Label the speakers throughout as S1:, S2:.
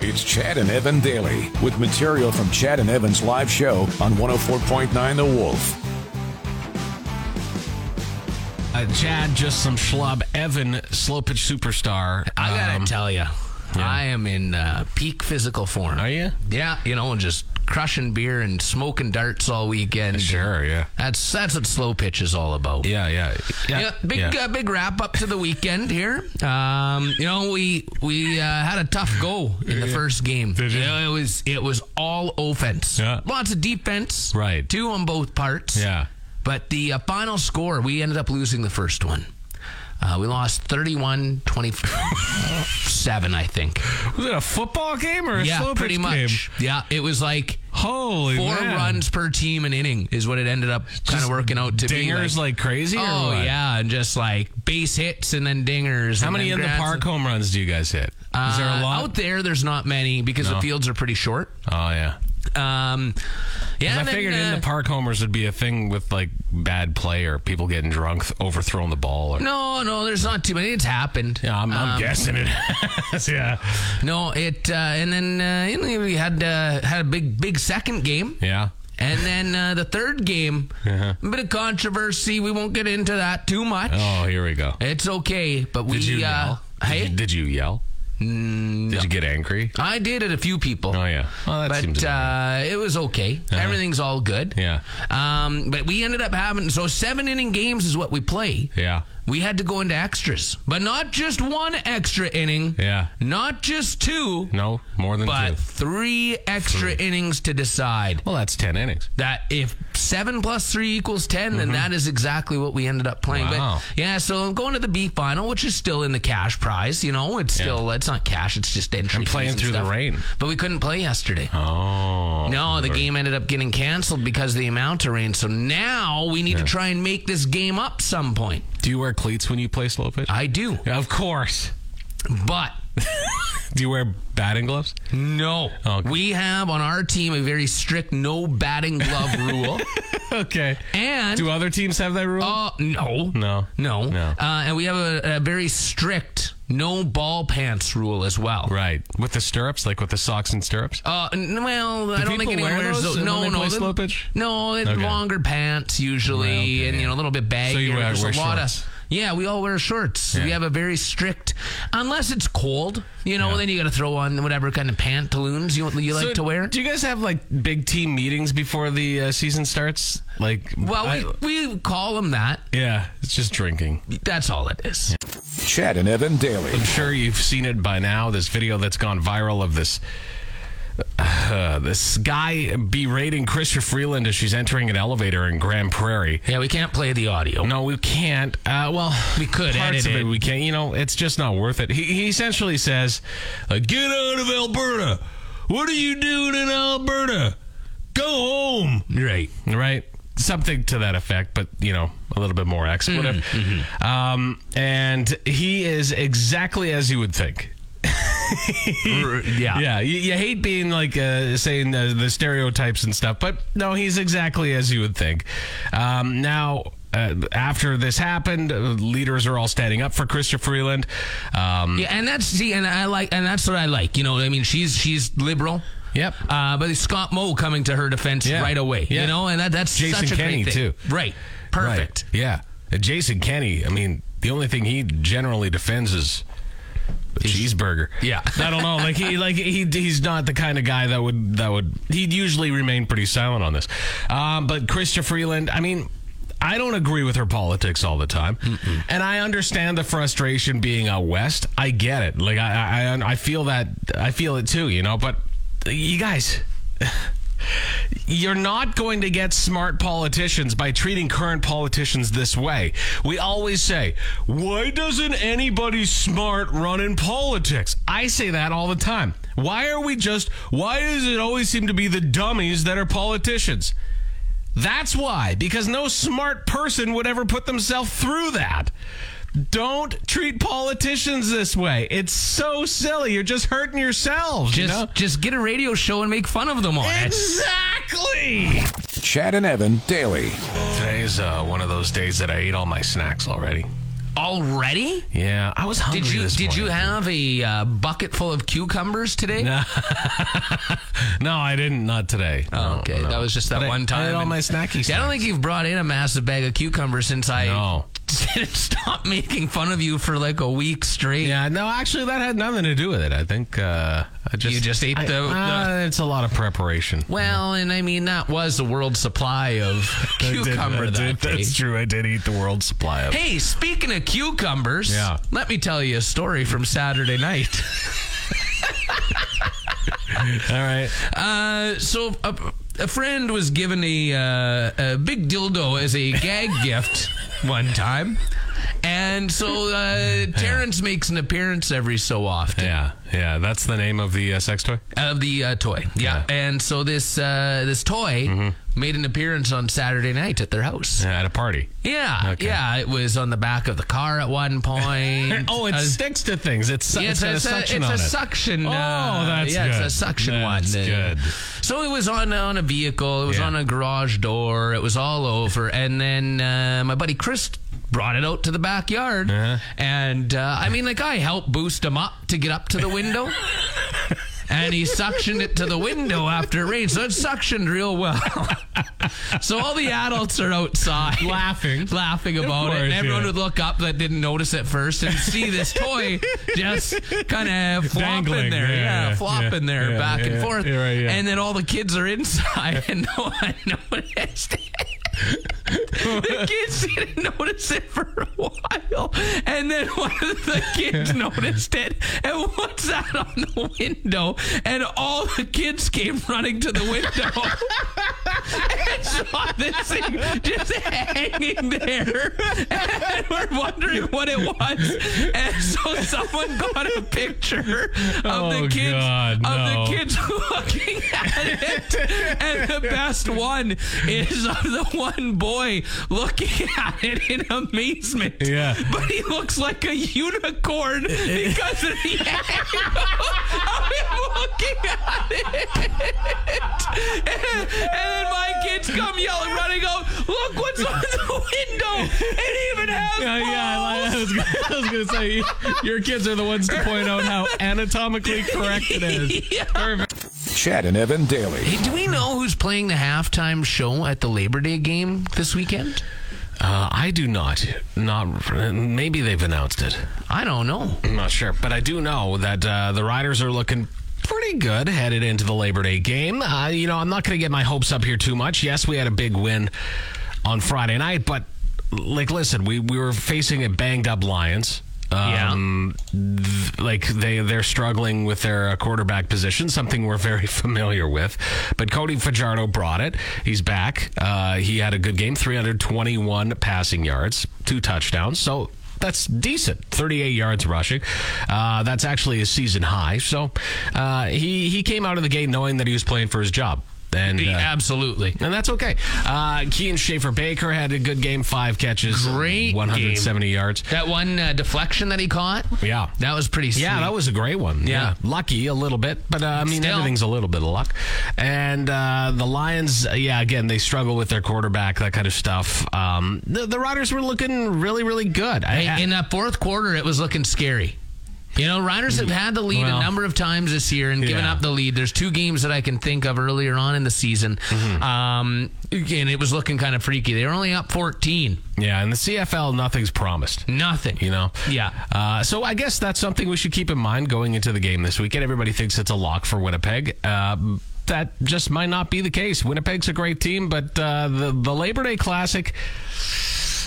S1: It's Chad and Evan Daily with material from Chad and Evan's live show on 104.9 The Wolf.
S2: Uh, Chad, just some schlub. Evan, slow pitch superstar.
S3: I gotta
S2: Um,
S3: tell you, I am in uh, peak physical form.
S2: Are you?
S3: Yeah, you know, and just crushing beer and smoking darts all weekend.
S2: Sure, yeah.
S3: That's that's what slow pitch is all about.
S2: Yeah, yeah.
S3: Yeah, big Uh, big wrap up to the weekend here. Um, you know, we we uh, had a tough go in the first game.
S2: Did you?
S3: Yeah, It was it was all offense.
S2: Yeah.
S3: Lots of defense.
S2: Right.
S3: Two on both parts.
S2: Yeah.
S3: But the uh, final score, we ended up losing the first one. Uh, we lost 31 27, I think.
S2: Was it a football game or a
S3: yeah,
S2: slow pitch
S3: pretty much. Yeah, it was like
S2: Holy
S3: four runs per team an inning is what it ended up kind of working out to be.
S2: Dingers like, crazy.
S3: Oh yeah, and just like base hits and then dingers.
S2: How many in the park home runs do you guys hit? Is there
S3: Uh,
S2: a lot?
S3: out there? There's not many because the fields are pretty short.
S2: oh yeah.
S3: Um, yeah,
S2: I
S3: and then,
S2: figured in
S3: uh,
S2: the park homers would be a thing with like bad play or people getting drunk, th- overthrowing the ball. Or,
S3: No, no, there's not too many. It's happened.
S2: yeah, I'm, I'm
S3: Um,
S2: guessing it. has, yeah.
S3: No, it uh, and then uh, you know, we had uh, had a big big second game.
S2: Yeah.
S3: And then uh, the third game,
S2: Uh-huh.
S3: a bit of controversy. We won't get into that too much.
S2: Oh, here we go.
S3: It's okay, but we.
S2: Did you
S3: uh,
S2: yell? Did you-
S3: Hey,
S2: did you yell? Did you get angry?
S3: I did at a few people.
S2: Oh yeah. Well, that seems. Uh-huh.
S3: but uh, it was okay. Everything's all good.
S2: Yeah.
S3: Um, but we ended up having so seven inning games is what we play.
S2: Yeah.
S3: We had to go into extras, but not just one extra inning.
S2: Yeah.
S3: Not just two,
S2: No, more than
S3: but
S2: two.
S3: three extra innings to decide.
S2: Well, that's ten innings.
S3: That if seven plus three equals 10 then that is exactly what we ended up playing.
S2: Mm-hmm. Wow.
S3: But yeah, so I'm going to the B final, which is still in the cash prize. You know, it's still it's not cash; it's just entry.
S2: I'm playing
S3: fees and
S2: through the
S3: stuff.
S2: rain.
S3: But we couldn't play yesterday.
S2: Oh.
S3: No, the game ended up getting canceled because of the amount of rain. So now we need to try and make this game up some point.
S2: Do you wear cleats when you play slow pitch?
S3: I do,
S2: of course.
S3: but
S2: Do you wear batting gloves?
S3: no.
S2: Okay.
S3: We have on our team a very strict no batting glove rule,
S2: okay.
S3: and
S2: Do other teams have that rule?
S3: uh, no,
S2: no.
S3: no,
S2: No.
S3: Uh, and we have a, a very strict no ball pants rule as well.
S2: Right. With the stirrups, like with the socks and stirrups?
S3: Uh, n- well, I don't think
S2: people
S3: anyone
S2: wear
S3: wears
S2: those
S3: those. No,
S2: when they
S3: no,
S2: play
S3: the-
S2: slow pitch?
S3: No, it's
S2: Okay.
S3: longer pants
S2: Well,
S3: usually,
S2: okay,
S3: and you
S2: yeah.
S3: know a little bit baggy.
S2: So you wear-
S3: There's
S2: wear
S3: a lot
S2: shorts.
S3: of. Yeah, we all wear shorts. We
S2: Yeah.
S3: have a very strict, unless it's cold, you know.
S2: Yeah.
S3: Then you got to throw on whatever kind of pantaloons you you like
S2: So
S3: to wear.
S2: Do you guys have like big team meetings before the uh, season starts? Like,
S3: Well,
S2: I-
S3: we, we call them that.
S2: yeah, it's just drinking.
S3: That's all it is.
S1: Chad and Evan Daily.
S2: I'm sure you've seen it by now. This video that's gone viral of this uh, this guy berating Christian Freeland as she's entering an elevator in Grand Prairie.
S3: Yeah, we can't play the audio.
S2: No, we can't. Uh, well,
S3: We could
S2: parts
S3: edit
S2: of it
S3: it.
S2: we can't. You know, it's just not worth it. He, he essentially says, uh, "Get out of Alberta! What are you doing in Alberta? Go home!"
S3: Right.
S2: right? Something to that effect, but you know, a little bit more expletive.
S3: Mm-hmm.
S2: Um, and he is exactly as you would think.
S3: yeah.
S2: Yeah, you, you hate being like uh, saying the, the stereotypes and stuff, but no, he's exactly as you would think. Um, now. Uh, after this happened, uh, leaders are all standing up for Christopher Freeland. Um,
S3: Yeah, and that's see, and I like, and that's what I like. You know, I mean, she's she's liberal.
S2: Yep.
S3: Uh, but it's Scott Moe coming to her defense
S2: Yeah.
S3: right away.
S2: Yeah.
S3: You know, and that that's
S2: Jason
S3: such a
S2: Kenney,
S3: great thing.
S2: too.
S3: Right. Perfect.
S2: Right. Yeah. Uh, Jason Kenny, I mean, the only thing he generally defends is a cheeseburger.
S3: Yeah.
S2: I don't know. Like he like he he's not the kind of guy that would that would he'd usually remain pretty silent on this. Um, but Christia Freeland, I mean I don't agree with her politics all the time, and I understand the frustration being out west. I get it. Like I, I, I feel that I feel it too. You know, but you guys, you're not going to get smart politicians by treating current politicians this way. We always say, why doesn't anybody smart run in politics? I say that all the time. Why are we just, why does it always seem to be the dummies that are politicians? That's why, because no smart person would ever put themselves through that. Don't treat politicians this way. It's so silly. You're just hurting yourselves. you
S3: Just
S2: know?
S3: just get a radio show and make fun of them on it.
S2: Exactly.
S1: Chad and Evan Daily.
S2: Today's uh, one of those days that I ate all my snacks already.
S3: Already?
S2: Yeah, I was hungry.
S3: Did you
S2: this
S3: did you
S2: morning.
S3: have a uh, bucket full of cucumbers today?
S2: No, I didn't. Not today. No,
S3: Oh, okay,
S2: no.
S3: that was just that
S2: But I-
S3: one
S2: I
S3: time.
S2: had all
S3: and-
S2: my snacky
S3: Yeah, I
S2: snacks.
S3: don't think you've brought in a massive bag of cucumbers since I
S2: No.
S3: didn't stop making fun of you for like a week straight.
S2: Yeah, no, actually, that had nothing to do with it. I think uh, I just
S3: You just ate
S2: I-
S3: the-
S2: uh, it's a lot of preparation.
S3: Well, and I mean that was the world supply of
S2: I did-
S3: cucumber
S2: I
S3: that
S2: did-
S3: day.
S2: That's true. I did eat the world supply of.
S3: Hey, speaking of cucumbers,
S2: Yeah.
S3: let me tell you a story from Saturday night.
S2: All right.
S3: Uh, so a, a friend was given a, uh, a big dildo as a gag gift one time. And so uh, Terrence makes an appearance every so often
S2: Yeah, yeah. That's the name of the uh, sex toy.
S3: of the uh, toy. Yeah. And so this uh, this toy made an appearance on Saturday night at their house.
S2: Mm-hmm. Yeah, at a party.
S3: Yeah.
S2: Okay.
S3: Yeah, it was on the back of the car at one point.
S2: Oh, it
S3: Uh,
S2: sticks to things. It's, su-
S3: Yeah,
S2: it's,
S3: it's,
S2: got a
S3: it's a,
S2: suction
S3: it's
S2: on
S3: a
S2: it.
S3: suction.
S2: Oh,
S3: uh,
S2: that's
S3: yeah,
S2: good.
S3: it's a suction
S2: That's
S3: one. Uh,
S2: good.
S3: So it was on on a vehicle. It was
S2: Yeah.
S3: on a garage door. It was all over. And then uh, my buddy Chris brought it out to the backyard.
S2: Uh-huh.
S3: And uh, I mean, like I helped boost him up to get up to the window. And he suctioned it to the window after it rained, so it suctioned real well. so all the adults are outside
S2: Laughing.
S3: laughing about it.
S2: course,
S3: And everyone
S2: yeah.
S3: would look up that didn't notice at first and see this toy just kind of flopping
S2: Dangling,
S3: there.
S2: yeah,
S3: Yeah,
S2: yeah,
S3: flopping
S2: yeah,
S3: there
S2: yeah,
S3: back
S2: yeah,
S3: and forth.
S2: yeah, right, yeah.
S3: And then all the kids are inside and no one noticed it. the kids didn't notice it for a while. And then one of the kids noticed it and what's that on the window? And all the kids came running to the window. saw this thing just hanging there, and we're wondering what it was. And so someone got a picture of
S2: Oh,
S3: the kids
S2: God,
S3: of
S2: no.
S3: the kids looking at it, and the best one is of the one boy looking at it in amazement.
S2: Yeah.
S3: but he looks like a unicorn because of the angle of him looking at it. And then my kids come yelling, running out, look what's on the window. It even has
S2: Yeah, yeah. I,
S3: balls.
S2: li- I was, gonna- I was gonna say your kids are the ones to point out how anatomically correct it is. Perfect.
S1: Chad and Evan daily.
S3: Hey, do we know who's playing the halftime show at the Labor Day game this weekend?
S2: Uh, I do not, not. Maybe they've announced it.
S3: I don't know.
S2: I'm not sure, but I do know that uh, the Riders are looking pretty good headed into the Labor Day game. Uh, you know, I'm not going to get my hopes up here too much. Yes, we had a big win on Friday night, but like, listen, we we were facing a banged up Lions. Um, th- like they they're struggling with their uh, quarterback position, something we're very familiar with. But Cody Fajardo brought it. He's back. Uh, he had a good game, 321 passing yards, two touchdowns. So that's decent. 38 yards rushing. Uh, that's actually a season high. So uh, he he came out of the game knowing that he was playing for his job. And, uh,
S3: Absolutely.
S2: and that's okay. Uh, Keaton Schaefer Baker had a good game, five catches,
S3: Great game.
S2: 170 yards.
S3: That one uh, deflection that he caught?
S2: Yeah.
S3: That was pretty sweet.
S2: Yeah, that was a great one.
S3: Yeah.
S2: Lucky a little bit, but uh, I mean,
S3: Still.
S2: everything's a little bit of luck. And uh, the Lions, uh, yeah, again, they struggle with their quarterback, that kind of stuff. Um, the, the Riders were looking really, really good. I- I-
S3: in that fourth quarter, it was looking scary. You know, Riders have had the lead
S2: Well-
S3: a number of times this year and given
S2: Yeah.
S3: up the lead. There's two games that I can think of earlier on in the season,
S2: Mm-hmm.
S3: um, and it was looking kind of freaky. They were only up 14,
S2: yeah, in the CFL, nothing's promised.
S3: nothing.
S2: you know?
S3: Yeah.
S2: Uh, so I guess that's something we should keep in mind going into the game this weekend. Everybody thinks it's a lock for Winnipeg. Um, that just might not be the case. Winnipeg's a great team, but uh, the, the Labor Day Classic.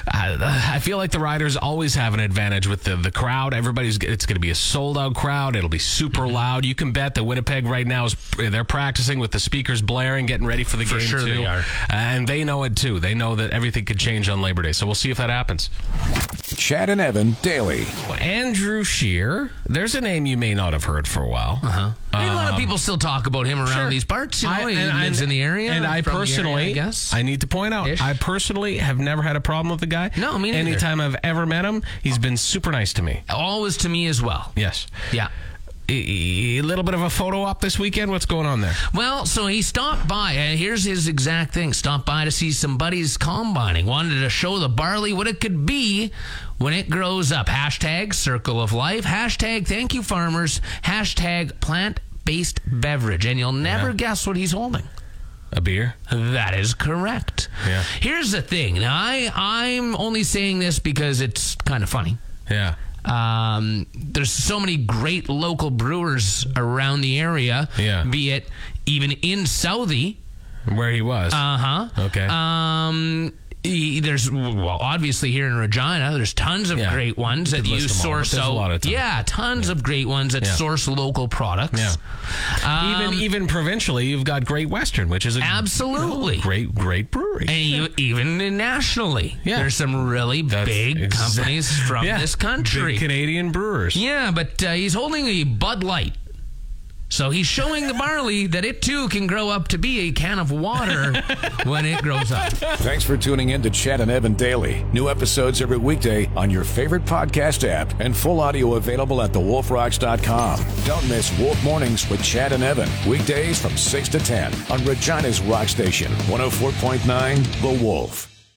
S2: I, I feel like the Riders always have an advantage with the, the crowd. Everybody's it's going to be a sold out crowd. It'll be
S3: Mm-hmm.
S2: super loud. You can bet that Winnipeg right now is they're practicing with the speakers blaring, getting ready for the game
S3: sure
S2: too.
S3: they are.
S2: And they know it too. They know that everything could change on Labor Day. So we'll see if that happens.
S1: Chad and Evan daily.
S2: Andrew Shear. There's a name you may not have heard for a while. Uh-huh.
S3: I mean, a lot of people still talk about him around
S2: sure.
S3: these parts. You know, he lives in the area.
S2: and I
S3: from the area,
S2: personally,
S3: I guess.
S2: I need to point out,
S3: Ish.
S2: I personally have never had a problem with the guy.
S3: No, me neither.
S2: Anytime I've ever met him, he's been super nice to me.
S3: Always to me as well.
S2: Yes,
S3: Yeah.
S2: a, a little bit of a photo op this weekend. What's going on there?
S3: Well, so he stopped by, and here's his exact thing: stopped by to see some buddies combining, wanted to show the barley what it could be when it grows up. Hashtag circle of life. Hashtag thank you, farmers. Hashtag plant based beverage. And you'll never guess what he's holding.
S2: A beer?
S3: That is correct.
S2: Yeah.
S3: Here's the thing. Now, I, I'm only saying this because it's kind of funny.
S2: Yeah.
S3: Um, there's so many great local brewers around the area.
S2: Yeah.
S3: Be it even in Southie.
S2: Where he was.
S3: Uh huh.
S2: Okay.
S3: Um, e- there's well, obviously here in Regina, there's tons of
S2: Yeah.
S3: great ones
S2: You
S3: that
S2: could
S3: you
S2: list them all, but
S3: source
S2: there's a
S3: out.
S2: lot of tons.
S3: Yeah, tons of great ones that
S2: Yeah.
S3: source local products.
S2: Yeah.
S3: Um,
S2: even even provincially, you've got Great Western, which is a
S3: absolutely.
S2: great great brewery.
S3: And you, even in nationally,
S2: Yeah.
S3: there's some really
S2: That's
S3: big
S2: exa-
S3: companies from
S2: Yeah.
S3: this country.
S2: Big Canadian brewers.
S3: Yeah, but uh, he's holding a Bud Light. So he's showing the barley that it too can grow up to be a can of water when it grows up.
S1: Thanks for tuning in to Chad and Evan Daily. New episodes every weekday on your favorite podcast app and full audio available at thewolfrocks.com. Don't miss Wolf Mornings with Chad and Evan. oh Weekdays from 6 to 10 on Regina's Rock Station, 104.9 The Wolf.